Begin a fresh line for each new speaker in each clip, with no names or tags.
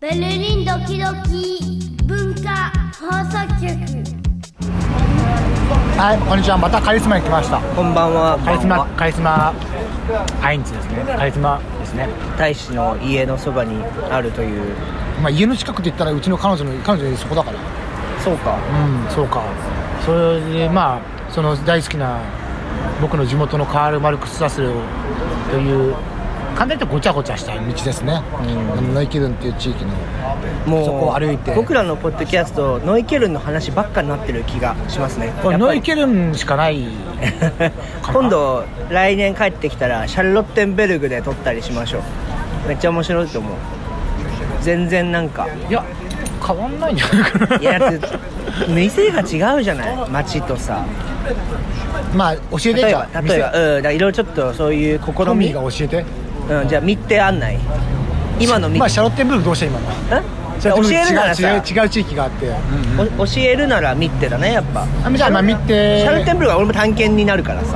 ベルリンドキドキ文化放送局
はい、こんにちは。またカリスマに来ました。
こんばんは。
カリスマ、カリスマ、アインツですね。カリスマですね。
大使の家のそばにあるという。
まあ、家の近くで言ったら、うちの彼女の、彼女のそこだから。
そうか。
うん、そうか。それで、まあ、その大好きな、僕の地元のカール・マルクス・サスレを、という、簡単に言うとごちゃごちゃした道ですね。うん、ノイキルンっていう地域の。
もう
そこを歩いて
僕らのポッドキャストノイケルンの話ばっかになってる気がしますね。
これ
やっ
ノ
ぱり
イキルンしかない。 かな
今度来年帰ってきたらシャルロッテンベルグで撮ったりしましょう。めっちゃ面白いと思う。全然なんか
いや、変わんないんじゃないかな。
いやだって 店が違うじゃない街とさ
まあ、教えて
例え
じ
ば
ゃあ、
例えばうんだからいろいろちょっとそういう試
トミ
み
ーが教えて。
うんじゃあ見て案内今の見
まあ、シャロッテンブルクどうした今の。
ん
シャロッテンブル
教え
ク
るなら
違う
さ
違う違う地域があって。
お教えるならミッテだねやっぱ
あじゃあまあ見て
シャルテンブルクは俺も探検になるからさ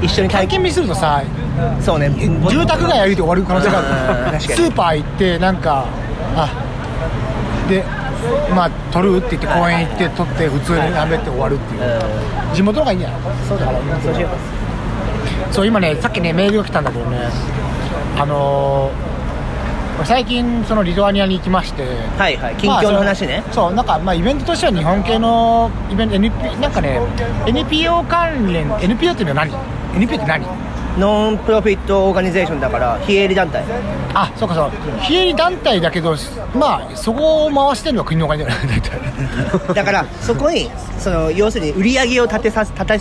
一緒に
体験見するとさ
そうね
住宅街歩いて終わる可能性があ
う
る
ん確か
ス
に
ーパー行ってなんかあでまあ撮るって言って公園行って撮って普通にやめて終わるっていう
う
地元の方がいいんじゃない
んそうだからそうしよう
そう今ねさっきねメールが来たんだけどねあのー最近そのリトアニアに行きまして
はいはい近況の話ね
まあ、そうそうなんかまあイベントとしては日本系のイベント NP なんかね NPO 関連 NPO っていうのは何 NPO って何
ノンプロフィットオーガニゼーションだから非営利団体
あそうかそう非営利団体だけどまあそこを回してるのは国のお金じゃない大体
だからそこにその要するに売り上げを立てさ立て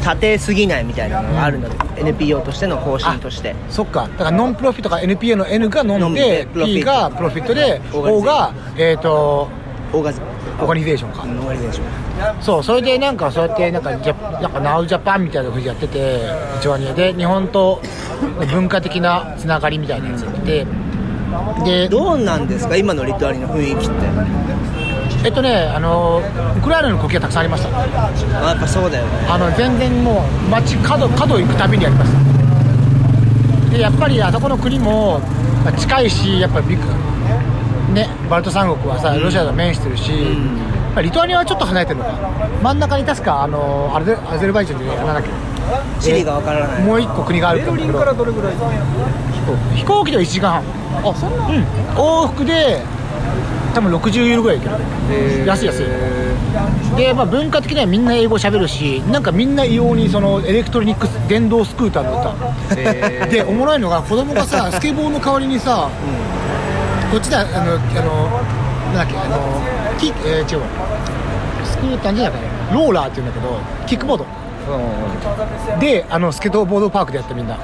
立てすぎないみたいなのがあるので、NPO としての方針として
そっかだからノンプロフィットが NPO の N が飲んで
飲んで
P がプロフィットで
オー
O
ガ
がえっ、と
オーガズ
オーガニゼーションか
オーガニゼーショ
そうそれでなんかそうやってなんかジャなんか Now Japan みたいなふうにやってて一応にで日本と文化的なつながりみたいなやつやってて
ン
で
どうなんですか今のリトアニの雰囲気って
えっとねあのウクライナの国旗がたくさんありました
あやっぱそうだよね
あの全然もう街角角行くたびにありましたでやっぱりあそこの国もまあ近いしやっぱりビッグねバルト三国はさロシアと面してるし、やっぱりリトアニアはちょっと離れてるのか真ん中に確かあのアルゼアゼルバイジャンでなんだっけ
地理がわからない
もう一個国があるベルリンからどれぐらい飛行機飛行機では1時間半あそんな、うん、往復で多分60ユーロぐらいいける、安い安いで、まあ、文化的にはみんな英語喋るしなんかみんな異様にそのエレクトリニックス電動スクーター乗った、でおもろいのが子供が さスケボーの代わりにさ、こっちだあのあのなんだっけあのキえー、違うわスクーターじゃなくてローラーっていうんだけどキックボードであのスケートボードパークでやったみんな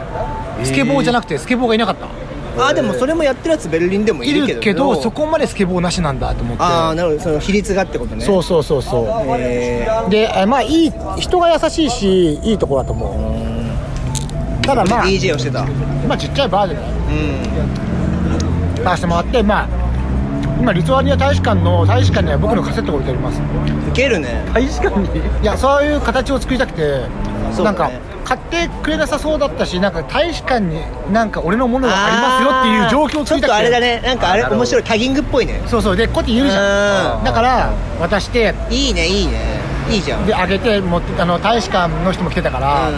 スケボーじゃなくてスケボーがいなかった、
あでもそれもやってるやつベルリンでもい
い
る
る
け
け
ど
どそこまでスケボーなしなんだと思って
ああなるほどその比率がってことね
そうそうそうそう
えー
でえまあいい人が優しいしいいとこだと思うただまあ、
DJ をしてたうん
まあ、ちっちゃいバーでね回してもらってまあ今リトアニア大使館の大使館には僕のカセットが置いてあります
いけるね
大使館にいやそういう形を作りたくて、
そう
な
だね
んか買ってくれなさそうだったしなんか大使館になんか俺のものがありますよっていう状況を
ちょ
作り
っ
たくて
とあれだねなんかあれ面白いタギングっぽいね
そうそうでこうやって言うじゃ
うん
んだから渡して
いいねいいねいいじゃん
であげて持ってあの大使館の人も来てたから、
う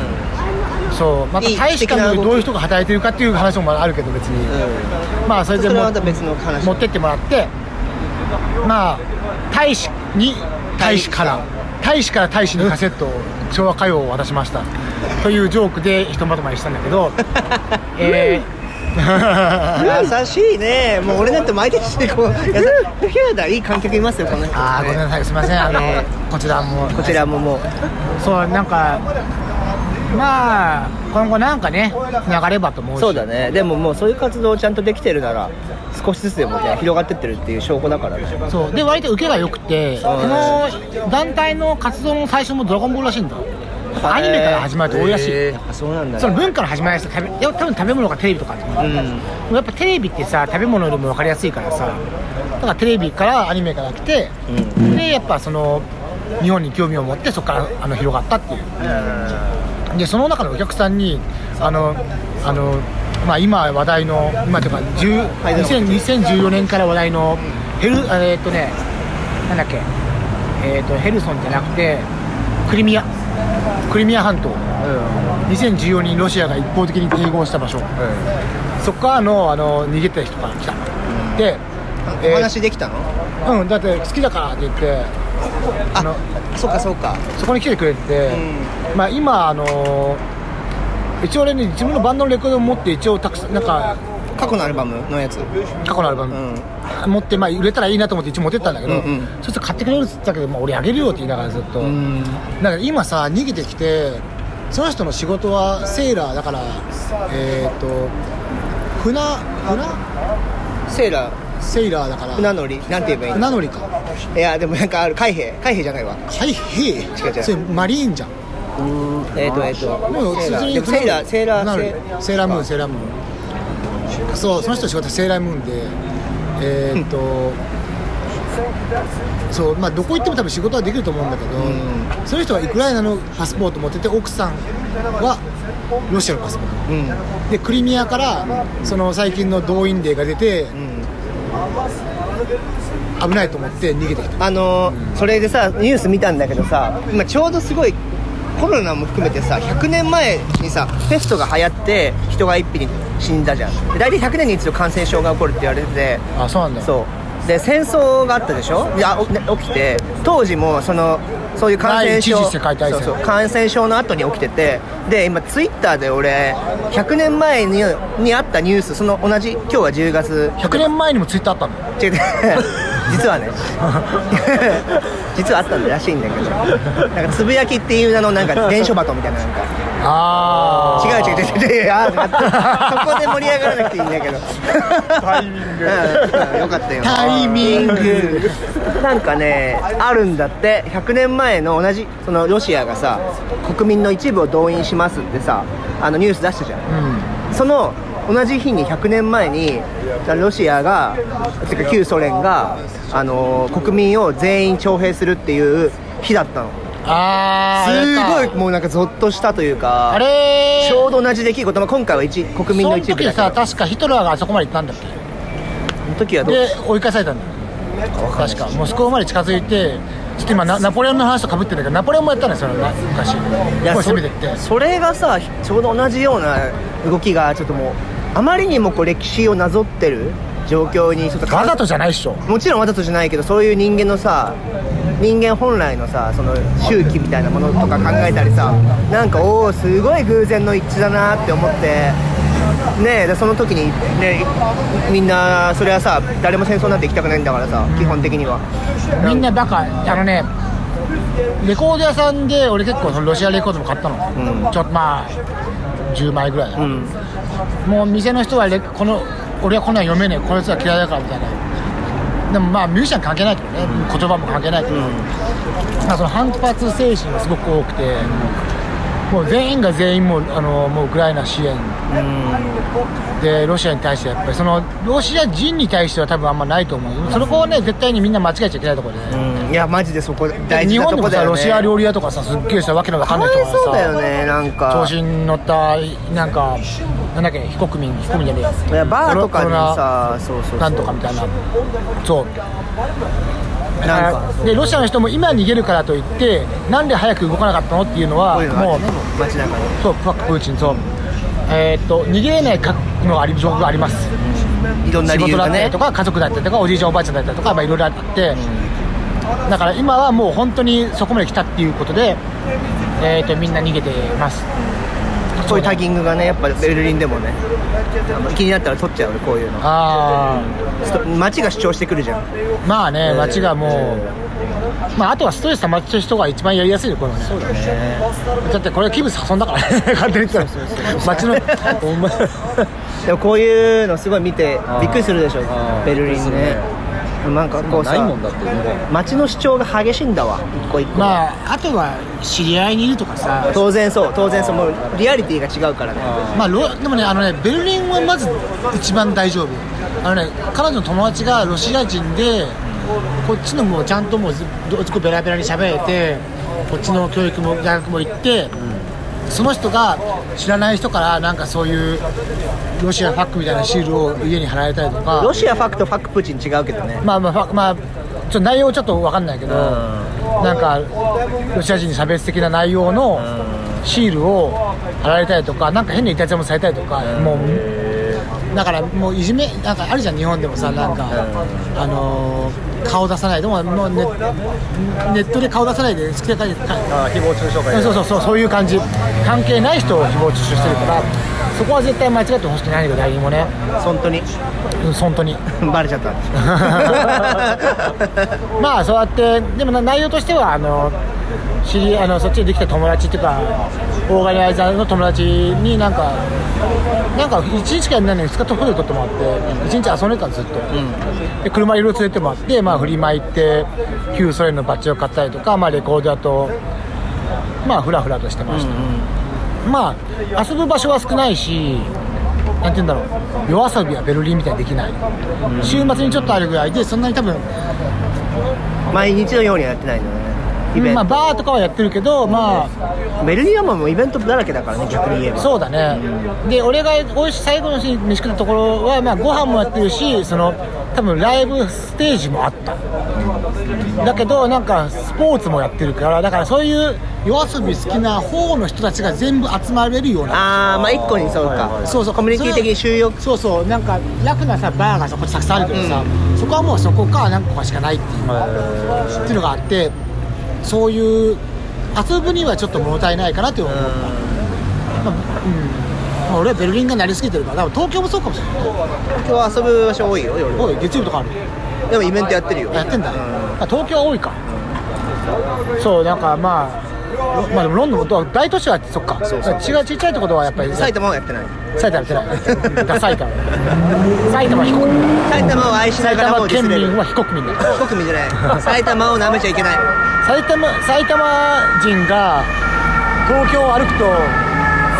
そうまた
いい
大使
素敵な
館
動
で
き
どういう人が働いてるかっていう話もあるけど別に、
んうん
まあそれで
それ
も
はまた別の話
持ってってもらってまあ大使に大使から大使から大使にカセットを昭和歌謡を渡しましたというジョークでひとまとまりしたんだけ どえ ー
優しいねもう俺なんて毎日こう優しいヒューだいい観客いますよこの人
ああごめんなさいすみませんあの
え
こちらも
こちらももう
そうなんかまあ今後なんかねつながればと思うし
そうだねでももうそういう活動をちゃんとできてるなら少しずつでもね広がってってるっていう証拠だからね
そうで割と受けが良くてこの団体の活動の最初もドラゴンボールらしいんだアニメから始まると多いらしい、
へーあそうなんだね
その文化の始まりです食べいや多分食べ物がテレビとかだと思う
うん
やっぱテレビってさ食べ物よりも分かりやすいからさだからテレビからアニメから来て、でやっぱその日本に興味を持ってそこからあの広がったっていうでその中のお客さんにあのあのまあ、今話題の今というか10 2000 2014年から話題のヘルあえっとねなんだっけ、えっとヘルソンじゃなくてクリミアクリミア半島2014年にロシアが一方的に併合した場所そこからのあの逃げてる人が来たでえー
お話できたの
うんだって好きだからって言ってあの
そっかそっか
そこに来てくれて、まあ、今、あのー一応俺ね自分のバンドのレコードを持って一応たくさんなんか
過去のアルバムのやつ
過去のアルバム、持って、まあ、売れたらいいなと思って一応持ってったんだけど、
うんうん
そしたら買ってくれるっつったけど、まあ、俺あげるよって言いながらずっと、
うん
だから今さ逃げてきてその人の仕事はセーラーだからえっ、と船船
セーラー
セーラーだから
船乗りなんて言えばいい
船乗りか
のいやでもなんかある海兵海兵じゃないわ
海兵
違う違う
それマリーンじゃん
えっ、とえっ、と
でも普
セーラ
通
ー
に
でもセーラーセーラ
な
ー
る
セ
よ
ーラー
セーラームーンセーラームーンそうその人の仕事はセーラームーンでえーっとそうまあどこ行っても多分仕事はできると思うんだけど、
う
その人はウクライナのパスポート持ってて奥さんはロシアのパスポー
うん
トでクリミアからその最近の動員令が出て
うん
危ないと思って逃げてきた
あのーそれでさニュース見たんだけどさ今ちょうどすごいコロナも含めてさ100年前にさペストが流行って人が一気に死んだじゃんで大体100年に一度感染症が起こるって言われてて
あそうなんだ
そうで戦争があったでしょいやおね起きて当時もそのそういう感染症
第一次世界大戦
そうそう感染症の後に起きててで今ツイッターで俺100年前ににあったニュースその同じ今日は10月
100年前にもツイッターあったの
違う 実はね 実はあったんらしいんだけどなんかつぶやきっていう名のな んか伝書バトみたいななんか
あ
違う違う違う違う違うあーあったそこで盛り上がらなくていいんだけどタイミングよかったよ
タイミング
なんかねあるんだって100年前の同じそのロシアがさ国民の一部を動員しますってさあのニュース出したじゃん
うん
その同じ日に100年前にロシアがてか旧ソ連が、あのー国民を全員徴兵するっていう日だったの
あ
す
ー
ご
や
い
った
もうなんかゾッとしたというか
あれー
ちょうど同じ出来事、まあ、今回は一国民の一部だけ
そ
ど
の時さ確かヒトラーがあそこまで行ったんだっけ
その時はどう
で追い返されたんだよ確かモスクワまで近づいてちょっと今ナナポレオンの話とかぶってるんだけどナポレオンもやったんですよな昔
いや
こう
そ
攻めてって
それがさちょうど同じような動きがちょっともうあまりにもこう歴史をなぞってる状況にちょっと
わざとじゃないっしょ
もちろんわざとじゃないけどそういう人間のさ人間本来のさその周期みたいなものとか考えたりさなんかおおすごい偶然の一致だなって思ってねえでその時にねみんなそれはさ誰も戦争なんて行きたくないんだからさ基本的には
みんなバカあのねレコード屋さんで俺結構そのロシアレコードも買ったの、
うん
ちょっとまあ10枚ぐらい、
うん
もう店の人はレこの俺はこんなん読めねえこいつは嫌いだからみたいなでもまあミュージシャン関係ないけどね、言葉も関係ないけど、まあ、その反発精神がすごく多くて、もう全員が全員もうあのもうウクライナ支援でロシアに対してやっぱりそのロシア人に対しては多分あんまないと思うそこはね絶対にみんな間違えちゃいけないところで、ね
うんいやマジでそこ大
日
事な
本
と
で
こ
も
だ
さ
よね
ロシア料理屋とかさすっげえしたわけのわか
か
んない
わ
人
い
が
そうだよ
さ
ねなん
調
か
子に乗ったなんかなんだっけ非国民非国民じゃねえや
いやバーとかに
コロナ
さそうそうそう
なんとかみたいなそう
なんかそう
でロシアの人も今逃げるからといってなんで早く動かなかったのっていうのは
こういうのあ
も
るね
う
街中に
そうプーチンそうえーっと逃げれないかのがあり状況があります
いろんな
仕
理由
事だ
が
った
ね
りとか家族だったりとかおじいちゃんおばあちゃんだったりとかまあいろいろあってだから今はもう本当にそこまで来たっていうことでえーっとみんな逃げてます
そういうタギングがねやっぱベルリンでもねあの気になったら撮っちゃうよこういうの
ああ
ちょっと街が主張してくるじゃん
まあね、
ー
街がもう、まあ、あとはストレス溜まってる人が一番やりやすいよこれはねそうだねだってこれ器物破損だからね 勝手に言ったら街 のお前
でもこういうのすごい見てびっくりするでしょ
あー
ベルリンねなんかこう
ないもんだ
さ
って日本
街の主張が激しいんだわ一個一個、
まああとは知り合いにいるとかさ
当然そう当然そうもうリアリティが違うからね
まあロでもねあのねベルリンはまず一番大丈夫あのね彼女の友達がロシア人でこっちのもうちゃんともうずっとベラベラに喋れてこっちの教育も大学も行って、その人が知らない人からなんかそういうロシアファックみたいなシールを家に貼られたりとか
ロシアファクとファクプーチン違うけどね
まあまあファまあちょっと内容ちょっと分かんないけど、なんかロシア人に差別的な内容のシールを貼られたりとかなんか変なイタチもされたりとか、もうだからもういじめなんかあるじゃん日本でもさなんか、あのー顔出さないでももうネネットで顔出さないで好きな感じで
あ誹謗中傷
そう
会
そうそうそういう感じ関係ない人を誹謗中傷してるからそこは絶対間違ってほしくないけど誰にもね
本当に
うん本当に
バレちゃ った
まあそうやってでもな内容としてはあの知りあのそっちでできた友達っていうかオーガニザーの友達になんかなんか1日しかやんないのに2日とホテル取ってもらって1日遊んでたんですずっと、で車いろいろ連れてもらって、まあ、フリマ行って旧ソ連のバッジを買ったりとか、まあ、レコード屋とまあフラフラとしてました、まあ遊ぶ場所は少ないしなんて言うんだろう夜遊びはベルリンみたいにできない、週末にちょっとあるぐらいでそんなに多分
毎日のようにはやってないのねイベン
まあ、
ト、
バーとかはやってるけど、まあ、
ベルリンはもうイベントだらけだからね逆に言えば
そうだね、で俺がおいし最後の日に飯食ったところは、まあ、ご飯もやってるし、その多分ライブステージもあった、だけど、なんかスポーツもやってるから、だからそういう夜遊び好きな方の人たちが全部集まれるような、
ああまあ一個にそうか、
そうそう
コミュニティ的に収容
そうそう、なんか楽なさ、バーがそこたくさんあるけどさ、そこはもうそこか、何個かしかないっていう。っていうのがあってそういう遊ぶにはちょっと物足りないかなって思った、まあうんまあ、俺はベルリンがなりすぎてるから多分東京もそうかもしれない
今日遊ぶ場所多いよ夜
おい月曜日とかある
でもイベントやってるよ
やってんだ、
う
あ東京は多いか、そうなんかまあロまあでもロンドンも大都市はそっか違うちっちゃいところはやっぱり
埼玉はやってない
埼玉やって ないダサいから埼玉は非国民
埼玉を愛しな
埼
がらも
玉
うディ
県
スれる
民は非国民だ
非国民じゃ ない埼玉を舐めちゃいけない
埼玉埼玉人が東京を歩くと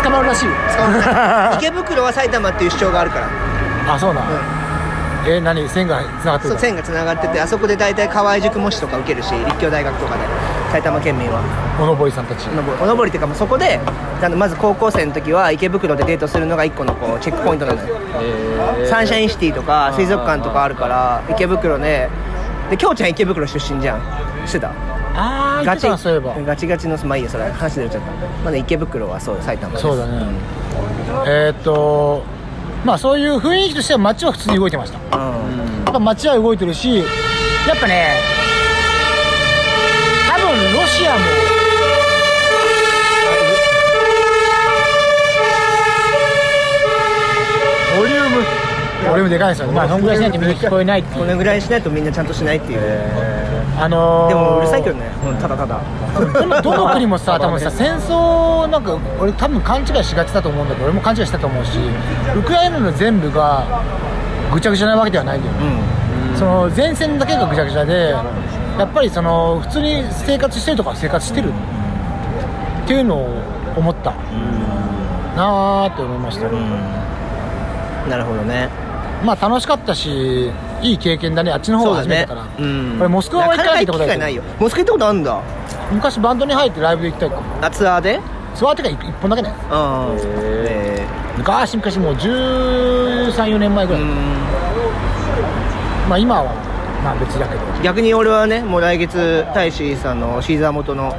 捕まるらしいよ
使わない池袋は埼玉っていう主張があるから
あそうなん、え何線がつながってる
そう
の
線がつながっててあそこで大体河合塾模試とか受けるし立教大学とかで埼玉県民は
モノボイさんたち
おのぼりおのぼりっていうかもうそこであのまず高校生の時は池袋でデートするのが一個のこうチェックポイントなのよサンシャインシティとか水族館とかあるから池袋ねで京ちゃん池袋出身じゃんしてた
ああガ
ガ
チ
チ
なそういえば
ガチガチのまあいいよそれ話出ちゃったまだ池袋はそう埼玉です
そうだねえーっとまあそういう雰囲気としては街は普通に動いてました
うん
やっぱ街は動いてるしやっぱね多分ロシアも
ボリューム
俺もでかいですよねまあそんぐらいしないとみんな聞こえないってい
こ
う
れぐらいしないとみんなちゃんとしないっていう
あのー、
でもうるさいけどねうんただただ
でもどの国も さ、多分さ、戦争なんか、俺、多分勘違いしがちだと思うんだけど、俺も勘違いしたと思うし、ウクライナの全部がぐちゃぐちゃなわけではないんだよね、その前線だけがぐちゃぐちゃで、やっぱりその普通に生活してるとかは生活してるっていうのを思ったなーって思いました、
なるほどね
まあ楽しかったし、いい経験だね、あっちの方が初めてだから、
うん
俺、モスクワは一回
な
行
か
ったこ
なか
と
行く機
あ
会
る
な
け
い
ど
よ、モスクワ行ったことあるんだ
昔、バンドに入ってライブで行ったりとか、
あツアーでうん
ツアーとか1本だけね。
え
昔昔もう134年前ぐ
ー
らい、
うん
まあ今はまあ別だけど
逆に俺はねもう来月大志さんのシーザー元の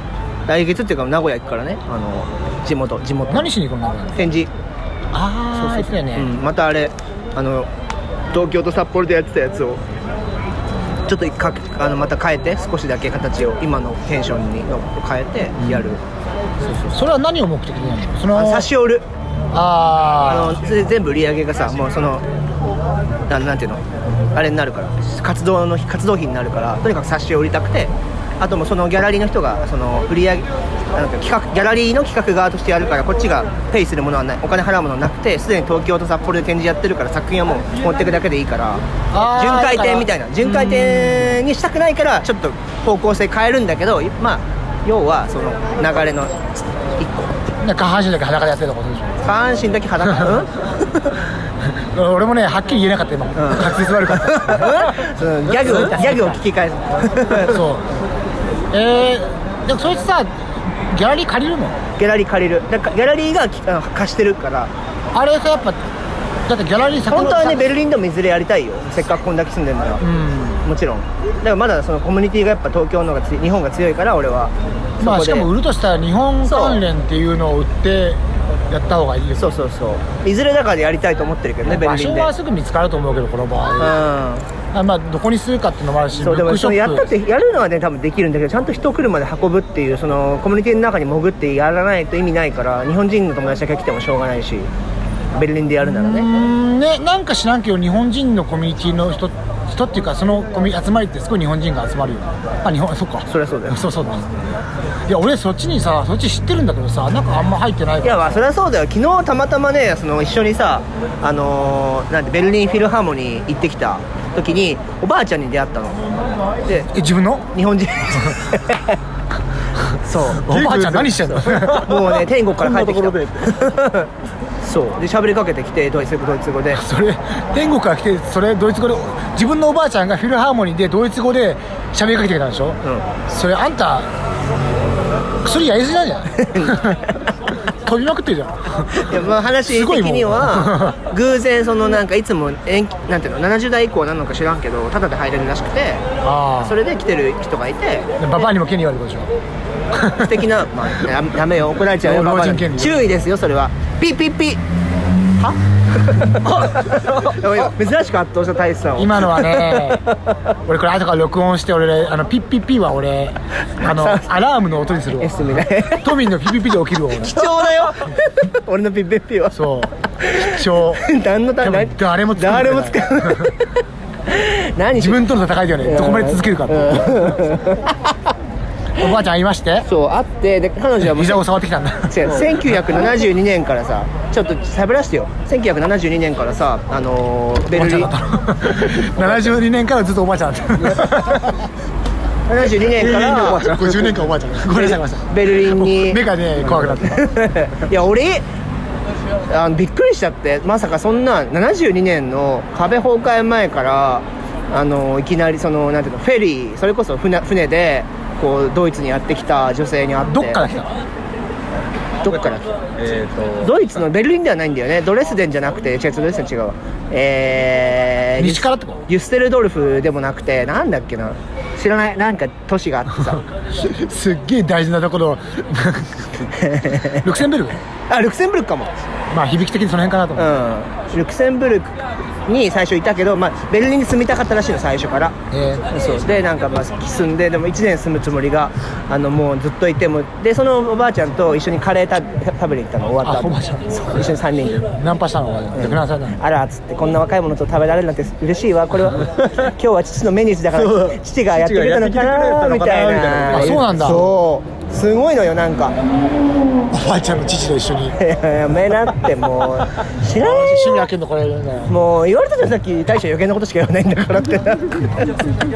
来月っていうか名古屋行くからねあの地元地元
何しに行くのあ
展示
あそうそうだよね、
うん、またあれあの東京と札幌でやってたやつをちょっとかあのまた変えて少しだけ形を今のテンションにの変えてやる、
それは何を目的にやるのそ
あ
の
の差し折る
あ
あのそれで全部売り上げがさもうそのなんなんていうのあれになるから活動の活動費になるからとにかく冊子を売りたくてあともうそのギャラリーの人がその売り上げなんか企画ギャラリーの企画側としてやるからこっちがペイするものはないお金払うものはなくてすでに東京と札幌で展示やってるから作品はもう持っていくだけでいいから
あー
巡回展みたい
だ
な
から
巡回展にしたくないからちょっと方向性変えるんだけどまあ要はその流れの一個
あ下半身だけ裸でやってたことでし
下半身だけ 裸うん
ょ俺もねはっきり言えなかった今、滑舌 悪かった
うんギャグをギャグを聞き返す
そうえー、でもそいつさギャラリー借りるの
ギャラリー借りるだからギャラリーがきあ貸してるから
あれがやっぱだってギャラリー
本当はねベ
ル
ルリンでもいずれやりたいよせっかくこんだけ住んでるなら、
うん
もちろんだからまだそのコミュニティがやっぱ東京の方がつい日本が強いから俺は
まあ
そこ
し
で
かも売るとしたら日本関連っていうのを売ってやった方がいいです
そうそうそういずれだからやりたいと思ってるけどねベル
場
リン
所
で
はすぐ見つかると思うけどこの場合
う
あまあどこにするかっていうのもあるし
ん、そうで
ブッ
も
クシ
そ
ョッ
の
プ
やったってやるのはね多分できるんだけどちゃんと人来るまで運ぶっていうそのコミュニティの中に潜ってやらないと意味ないから日本人の友達だけ来てもしょうがないしベルリンでやるなら
うー
ね
んねなんか知らんけど日本人のコミュニティの人人っていうかそのコミ集まりってすごい日本人が集まるよあ日本そっか
そりゃそうだよ
そうそうだいや俺そっちにさそっち知ってるんだけどさなんかあんま入ってない
いやまあそりゃそうだよ昨日たまたまねその一緒にさあのーなんてベルリンフィルハーモニー行ってきた時におばあちゃんに出会ったので
え自分の
日本人そう
おばあちゃん何してんの
もうね天国から帰ってき
こんな
た そうで喋りかけてきてドイツ語ドイツ語 で
それ天国から来てそれドイツ語で自分のおばあちゃんがフィルハーモニーでドイツ語で喋りかけてきたんでしょ、
ん
それあんた薬やりすぎなんじゃない 飛びまくってるじゃん
いやまあ話
すごい
的
もん
には偶然そのなんかいつも延期なんていうの70代以降なのか知らんけどタダで入れるらしくて
あ
それで来てる人がいて
ババアにも権利があることでしょ
素敵な まあややめよ怒られちゃうよ
老
ババア
老人権利
注意ですよそれはピッピッピ は珍しく圧倒した大志さんを
今のは ね俺これ後から録音して俺あのピッピッピは俺あ のアラームの音にするわ
S みたい
都民のピッピッピで起きるわ俺
貴重だよ 俺のピッピッピは
そう貴重
何のた
で
め
も誰も作んない
誰も作らない何
自分との戦いだよねどこまで続けるかっておばあちゃん会いまして
そうあってで彼女はもう
膝を触ってきたんだ
違う1972年からさちょっと喋らせてよ1972年からさあのーベ
おば
ル
あち
リ
ゃん
ン
だったの72年からずっとおばあちゃんだった
72年か
おばあちゃん
ら
50年間おばあちゃんごめんなさいごめんなさい
ベルリンに
目がね怖くなった
いや俺あのびっくりしちゃってまさかそんな72年の壁崩壊前からあのいきなりそのなんていうのフェリーそれこそ船船でこうドイツにやってきた女性に会って
どっから来たの
どっから来た
えっ、と
ドイツのベルリンではないんだよねドレスデンじゃなくて違う違うドレスデン違うわえー、
西からってこ
ユステルドルフでもなくてなんだっけな知らないなんか都市があっ てさ
とすっげえ大事なとこ ろルクセンベルク
あルクセンブルクかも
まあ響き的にその辺かなと思う
うんルクセンブルクに最初いたけど、まあ、ベルリンに住みたかったらしいの最初から
えー
そうでなんかまあ住んででも1年住むつもりがあのもうずっといてもでそのおばあちゃんと一緒にカレーた食べに行ったの終わっ
あ
た
おばあちゃん
そう一緒に3人で
ナンパしたのが逆なされたの
あらっつってこんな若い者と食べられるなんて嬉しいわこ れは今日は父の命日だか
そ
ら
う
父がやってくれたのか
父がや
な
って
み
くれた
たい
のかな
みたいな
な
あそうなんだ
そうすごいのよなんか
おばあちゃんの父と一緒 に
やめなって もう知らない
趣味
よ
開けんのこれみたいな
もう言われたじゃんさっき大将余計なことしか言わないんだからって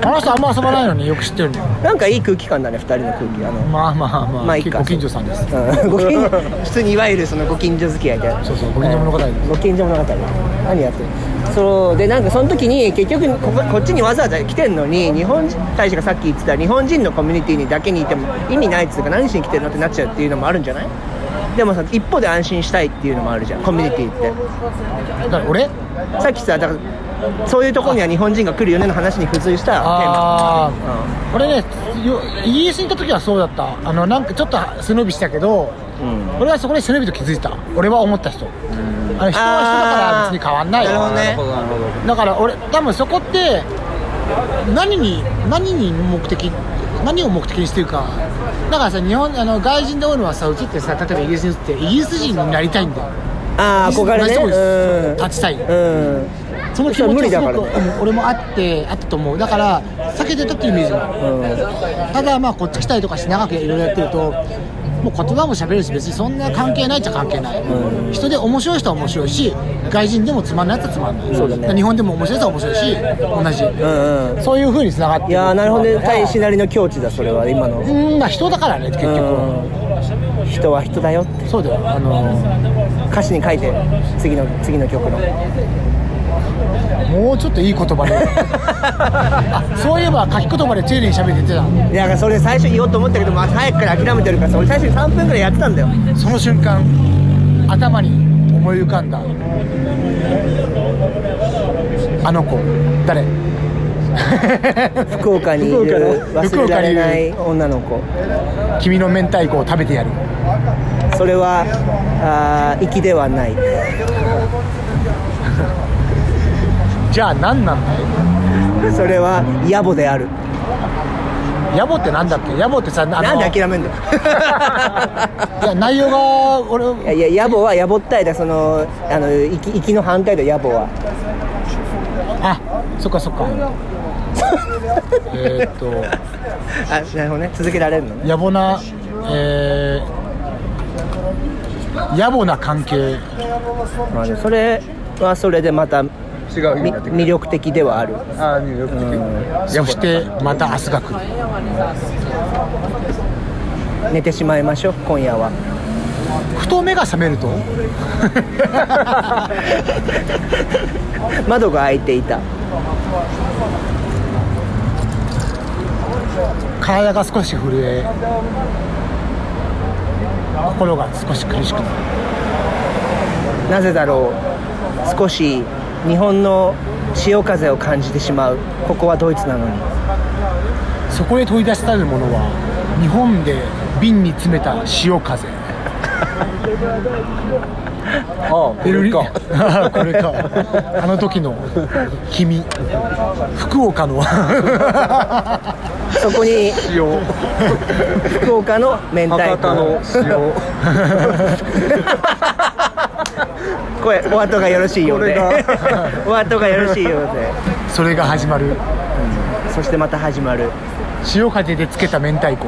あの人あんま遊ばないのによく知ってるの
なんかいい空気感だね2人の空気あの
まあまあまあ、
まあいいか
ご近所さんです
うんご近 普通にいわゆるそのご近所付き合いで
そうそうご近所物語です
ご近所物語何やってるそうでなんかその時に結局こここっちにわざわざ来てんのに日本人大使がさっき言ってた日本人のコミュニティにだけにいても意味ないっつうか何しに来てるのってなっちゃうっていうのもあるんじゃないでもさ一方で安心したいっていうのもあるじゃんコミュニティって
だから俺
さっきさだからそういうところには日本人が来るよねの話に付随したテーマ
ああ
うん
俺ねよイギリスに行った時はそうだったあのなんかちょっと背伸びしたけど、
ん
俺はそこで背伸びと気づいた俺は思った人、あの人は人だから別に変わんない
あーなるほどね
なるほどなるほど
だから俺多分そこって何に何に目的何を目的にしてるかだからさ日本あの外人で多いのはさうちってさ例えばイギリスに移ってイギリス人になりたいんだよ
ああ憧れね
そうです
うん
立ちたい
うん
その気持
無理
ち
だ
はす
か
ご
らね
く、うん俺もあってあったと思うだから避けてたっていうイメージがあるただまあこっち来たりとかして長くいろいろやってるともう言葉も喋るし別にそんな関係ないっちゃ関係ない、人で面白い人は面白いし外人でもつまんないやつはつまんない
そうだね
日本でも面白いやつは面白いし同じ、
うんうん
そういうふうにつながって
いやーなるほどね大使なりの境地だそれは今の
うんまあ人だからね結局は
うん人は人だよって
そうだよあの
歌詞に書いて次の次の曲の
もうちょっといい言 葉であそういえば書き言葉で丁寧に喋ってたない
やだからそれ最初言おうと思ったけど、まあ、早くから諦めてるからさ俺最初に3分ぐらいやってたんだよ
その瞬間頭に思い浮かんだあの子誰
福岡にいる
福岡で
忘れられない女の子
君の明太子を食べてやる
それはあー粋ではない
じゃあ何なんだよ
それは野暮である
野暮ってなんだっけ野暮ってさあの
なんで諦めんだよ
いや内容が俺
いやいや野暮は野暮ったいだそのあの粋粋の反対だよ野暮は
あそっかそっかえーっと
あなるほどね続けられるのね
野暮なえー、野暮な関係
まあでもそれはそれでまたみ
違う意味になってくる
魅力的ではある
ああ魅力的
そしてまた明日が来る
寝てしまいましょう今夜は
ふと目が覚めると
窓が開いていた
体が少し震え心が少し苦しくなる
なぜだろう少し日本の潮風を感じてしまうここはドイツなのに
そこへ取り出したるものは日本で瓶に詰めた潮風
ああ
ベルリン
か
これかあの時の君福岡の
そこに
塩
福岡の明太
博多の
子
塩
これお後がよろしいようで
これ
お後がよろしいようで
それが始まる
そしてまた始まる
潮風でつけた明太子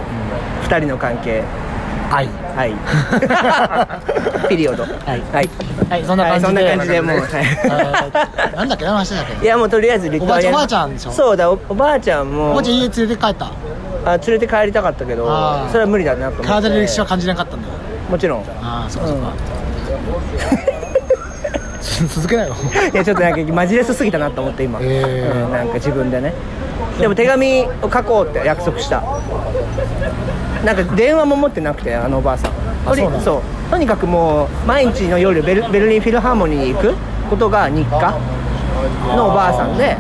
2人の関係
愛
はい ピリオドはいはい、
はいそんな感じで、
そんな感じでもう、は
あーなんだっけ何の話だっ
い、い
け
やもうとりあえずリトアニア
おばあちゃんおばあちゃんでしょ
そうだおおばあちゃんも
もうちょい家連れて帰った
あ連れて帰りたかったけど
あー
それは無理だなと思って
体で歴史は感じなかったんだよ
もちろん
ああそっかそっか、 続けないよ
いやちょっとなんかマジレスすぎたなと思って今、
へー
うんなんか自分でねでも手紙を書こうって約束したなんか電話も持ってなくてあのおばあさんとに
そうなんだ
うとにかくもう毎日の夜ベルベルリンフィルハーモニーに行くことが日課のおばあさんで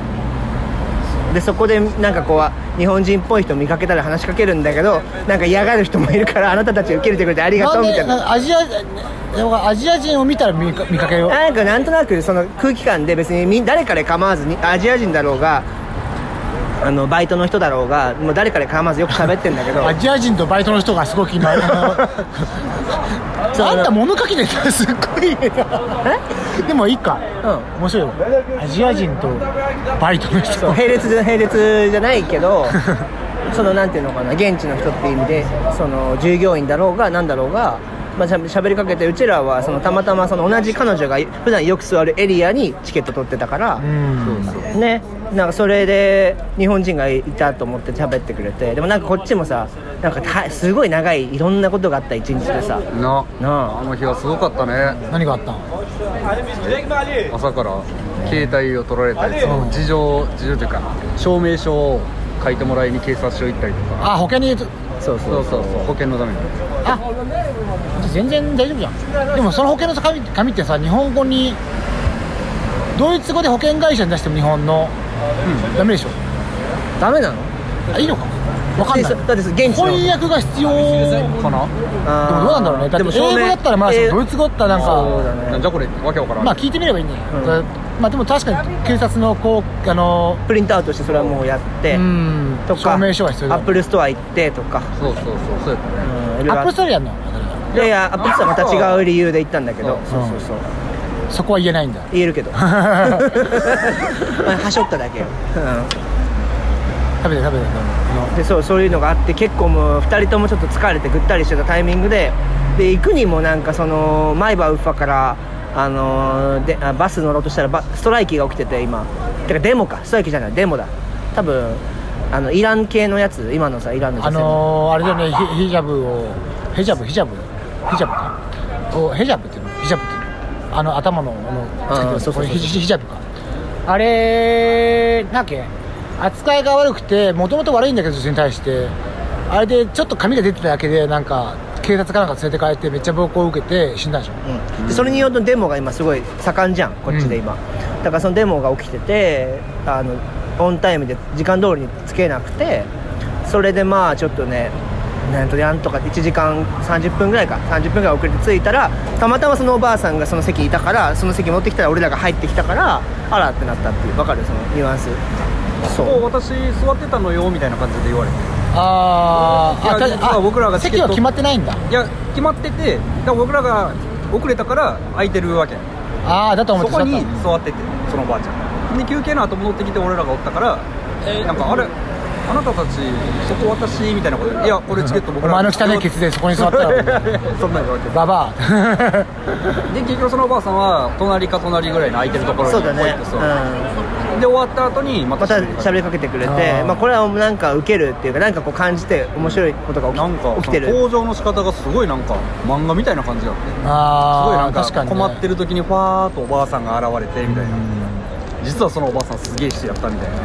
でそこでなんかこう日本人っぽい人見かけたら話しかけるんだけどなんか嫌がる人もいるからあなたたち受け入れてくれてありがとうみたいな
アジアでもアジア人を見たら見か見かけよう
なんかなんとなくその空気感で別にみ誰彼構わずにアジア人だろうがあのバイトの人だろうがもう誰彼構わずよく喋ってんだけ ど
アジア人とバイトの人がすごく今あの あんた物書きですっごいえでもいいか
う
面白いよアジア人とバイトの人
並列じゃ並列じゃないけ どそのなんていうのかな現地の人っていう意味でその従業員だろうがなんだろうが、まあ、しゃ喋りかけてうちらはそのたまたまその同じ彼女が普段よく座るエリアにチケット取ってたから、
うん
ねなんかそれで日本人がいたと思って喋ってくれてでもなんかこっちもさなんかたすごい長いいろんなことがあった一日でさ
な
なあ
あの日はすごかったね
何があったん
朝から携帯を取られたりその事情事情というか証明書を書いてもらいに警察署行ったりとか
あ保険に
そうそ
そううそうそう保険のために
あ全然大丈夫じゃんでもその保険の紙紙ってさ日本語にドイツ語で保険会社に出しても日本の、ダメでしょ
ダメなの
あいいのかわかんない
だってだって現地の
翻訳が必要かなでもどうなんだろうねだって英語だったらまあ、
えー
ドイツ語だったらなん
そうだ
か
ね
なんじゃこれってわけわからん
まあ聞いてみればいいんじゃない、
うん
だまあでも確かに警察のこうあの
プリントアウトしてそれはもうやって、
うん
とか
証明書が必要だ
アップルストア行ってとか、
そうそうそうそうやったね
うんいろいろ
アッ
あ
プルストアやんの
いやいやアップルストアまた違う理由で行ったんだけど
うん
そうそうそう
そこは言えないんだ
言 えるけどまあはしょっただけよ、
食べて食べて
うん、でそうそういうのがあって結構もう2人ともちょっと疲れてぐったりしてたタイミングでで行くにもなんかそのマイバウッファからあのーであバス乗ろうとしたらバストライキが起きてて今てかデモかストライキじゃないデモだ多分あのイラン系のやつ今のさイランの女
あ
性
のー、あれだよねヒヒジャブをヘジャブヒジャブヒジャブかおヘジャブっていうのヒジャブっていうのあの頭のあのつけてる
うんそうそ
こ
うそう
れヒジヒジャブかあれなんだっけ扱いが悪くてもともと悪いんだけど女性に対してあれでちょっと髪が出てただけでなんか警察かなんか連れて帰ってめっちゃ暴行を受けて死んだでしょ
うんでそれによるとデモが今すごい盛んじゃんこっちで今、だからそのデモが起きててあのオンタイムで時間通りにつけなくてそれでまあちょっとねなんとなんとか1時間30分ぐらいか30分ぐらい遅れて着いたらたまたまそのおばあさんがその席いたからその席持ってきたら俺らが入ってきたからあらってなったっていうわかるそのニュアンスそ
こ
う
こ私座ってたのよみたいな感じで言われて
あー
いや
あ
実は僕らがチ
席
ケット
は決まってないんだ
いや決まっててだから僕らが遅れたから空いてるわけ
ああだと思っ
そ
て
こに
座った
座っててそのおばあちゃんで休憩の後戻ってきて俺らがおったから、なんかあれあなたたちそこ私みたいなことでいやこれチケット僕ら
お前の汚いケツでそこに座ったら
そんなん言われて
バ バア
で結局そのおばあさんは隣か隣ぐらいの空いてるところに
そうだ
ポイ
ね
って
う
座る
ん
で終わった後にまた
また
喋りかけて
喋りかけてくれて
あー
まあ、これはなんか受けるっていうかなんかこう感じて面白いことが起き
なんか
起きてる
その登場の仕方がすごいなんか漫画みたいな感じだってすごいな
あ
ん
あ確か
か
に、
困って
る
る時にファーっとおばあさんが現れてみたいな実はそのおばあさんすげえ人やったみたいな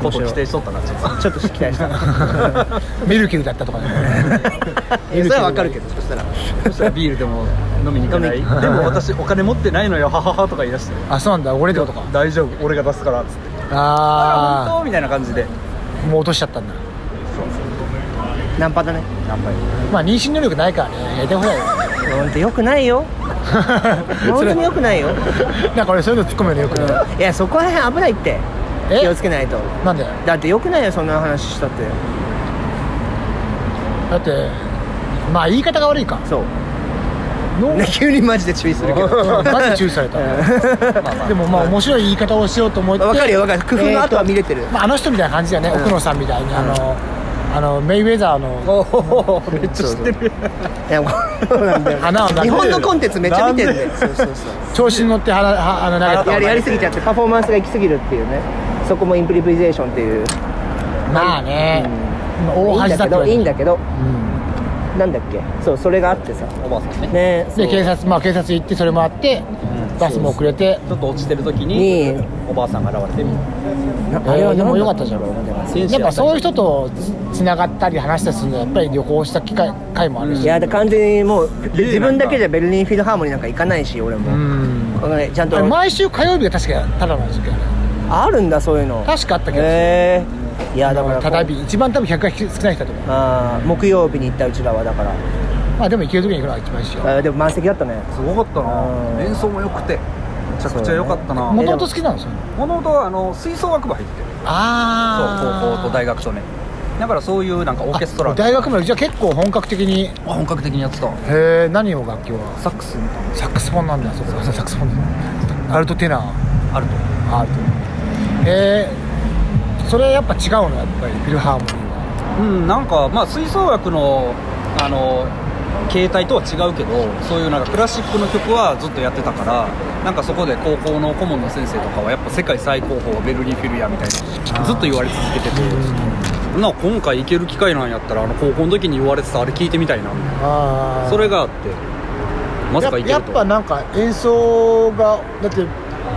ことを否定しとったなちょっと
ちょっと期待した
ミルキルだったとかね
いやそれはわかるけどそしたら
そしたらビールでも 飲みに行かない
飲
で
み
も私お金持ってないのよはははとか言い出して
あそうなんだ俺ってことか
大丈夫俺が出すからっつってあら
あ
本当みたいな感じで
あもう落としちゃったんだ
ナンパだね
何杯
まあ妊娠能力ないからねやりたくないよ
本当よくないよ本当によくないよ
なんか俺そういうの突っ込むよねよくね
いやそこら辺危ないって
え
気をつけないと
なんで
だってよくないよそんな話したって
だってまあ言い方が悪いか
そう
の
ね急にマジで注意するけど
マジ注意され たでもまあ面白い言い方をしようと思って
わかるよわかる工夫の後は見れてる
えーとまあ、あの人みたいな感じだよね、
ん
奥野さんみたいにあの、あのメイウェザー の
おおめっちゃ知ってる
いやもうそうなんだよ
花を投げてる
日本のコンテンツめっちゃ見てるんだよ
な
そうそうそう
調子に乗ってははあの投げた
やりやりすぎちゃってパフォーマンスが行き過ぎるっていうねそこもインプリプリゼーションっていう
まあね、まあ大
いいん
恥
だ
だ
けどいいんだ
け
けど
ど、うん
なんだっけそうそれがあってさ
おばあさん
ね
ね
そう
で警察まあ警察行ってそれもあって、バスも遅れて
ちょっと落ちてる時
に
におばあさんが現れてみたいな
な
あれはでも
何
良
だ
かったじゃん
選手
やっぱそういう
や
人とつつながったり話したりするのはやっぱり旅行した機会会もあるし、
いやだ完全にもう
いい
自分だけじゃベルリンフィルハーモニーなんか行かないし俺
う
も、
ん
このねちゃん
あ
と
れ毎週火曜日が確かただの時間
あるんだそういうの
確かあったけど、
へえいや
だ
だか
かららただ日一番多分100回少ない人だと思う
あー木曜日に行ったうちらはだから
まあでも行ける時に行くのが一番いいしよ
あーでも満席だったね
すごかった
うん
な演奏も良くてめちゃくちゃ良かったな
も
も
ともと好きなのそれ
ともとあの吹奏楽部入ってる
あ
そう高校と大
学
学とねだからそういうなんかオーケストラ
大学までじゃあ結構本格的にへ
本格的にやってた
え何を楽器は
サックスみたい
サックスフォンなんだそうそうサックスフォンだアルトテナー
なあると
アルトへえそれはやっぱ違うのやっぱりフィルハーモニーは
うんなんかまあ吹奏楽のあの形態とは違うけどそういうなんかクラシックの曲はずっとやってたからなんかそこで高校の顧問の先生とかはやっぱ世界最高峰はベルリン・フィルやみたいなずっと言われ続けててな今回行ける機会なんやったらあの高校の時に言われてたあれ聞いてみたいなみたいな
あ
それがあってまさかいけ
や
る
っ
と
ぱなんか演奏がだって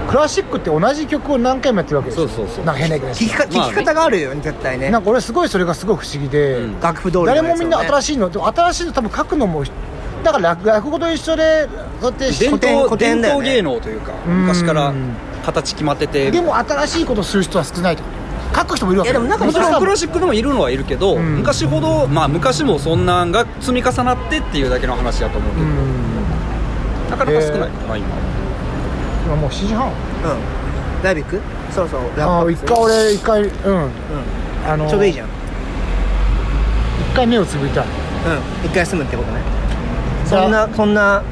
クラシックって同じ曲を何回もやってるわけでしょ
そうそうそう
なんか変な言い
聞き
方
か
まあ
聞き方があるよね絶対ね
なんか俺すごいそれがすごい不思議で、
うん
楽譜通りのやつ
誰
をね
もみんな新しいの、でも新しいの多分書くのもだから落落語と一緒でそうやって
伝
古典
統
古典だ
伝
よ
統
ね
芸能というか
ん
昔から形決まってて
でも新しいことする人は少ないってこと書く人もいるわけ
いやでもなんか
もちろんクラ
シ
シックでもいるのはいるけど、
うん
昔ほどまあ昔もそんなんが積み重なってっていうだけの話だと思うけど、なかなか少ないな、今
今もう7時半
うんライブ行くそうそうラ
あ
ッ
あ
プ
一回俺一回うんあの
ちょうどいいじゃん
ん
うん
一回目をつぶりたい
一回休むってことねそんなそんな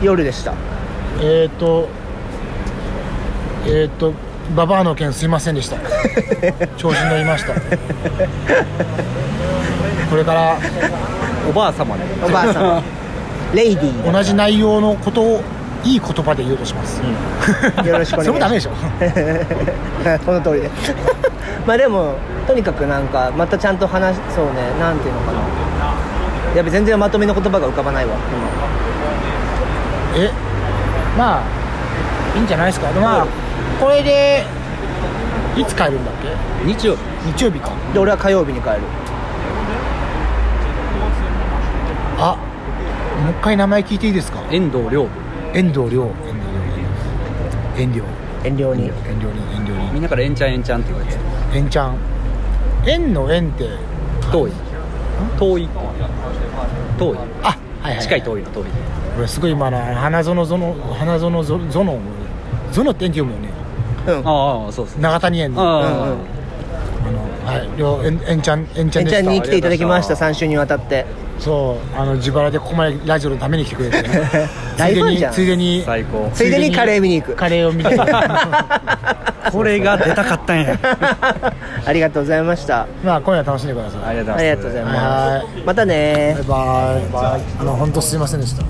夜でした
えっ、ー、とえっ、ー、とババアの件すいませんでした調子に乗りましたこれから
おばあ様ね
おばあ さんレイディー
同じ内容のことをいい言葉で言おうとします、
よろしく
そ
お願いします
れもダメでしょ
この通りでまあでもとにかくなんかまたちゃんと話そうねなんていうのかなやっぱ全然まとめの言葉が浮かばないわ
えまあいいんじゃないですかまあこれでいつ帰るんだっけ
日曜日
日曜日か
で俺は火曜日に帰る
あもう一回名前聞いていいですか
遠藤亮
遠藤亮遠藤亮
遠慮に
遠慮に遠慮
み
に
んなから「えんちゃんえんちゃん」って言われてる
遠ちゃん遠の遠って
遠い遠い遠い
あはいはい、
近い
と
遠いの遠い
俺すごい今の花園園花園園園園って遠って読むよね
うん
ああそうですね
長谷園のあ
う
ああ、
んうん
のはい両遠遠ちゃん遠ちゃんで
遠ちゃ
し
ん
た
に来ていただきました
ありがとうございまし
3
た
週にわた って
そうあの自腹でここまでラジオのために来てくれてつい
大フ
で
ァン
に
じゃん
ついでに
最高
ついでにカレー見に行く
カレーを見て
これが出たかったんや
ありがとうございました
まあ今夜楽しんでください
ありがとうございます
ありがとうございます
は
またねー
バイバイあの本当すいませんでした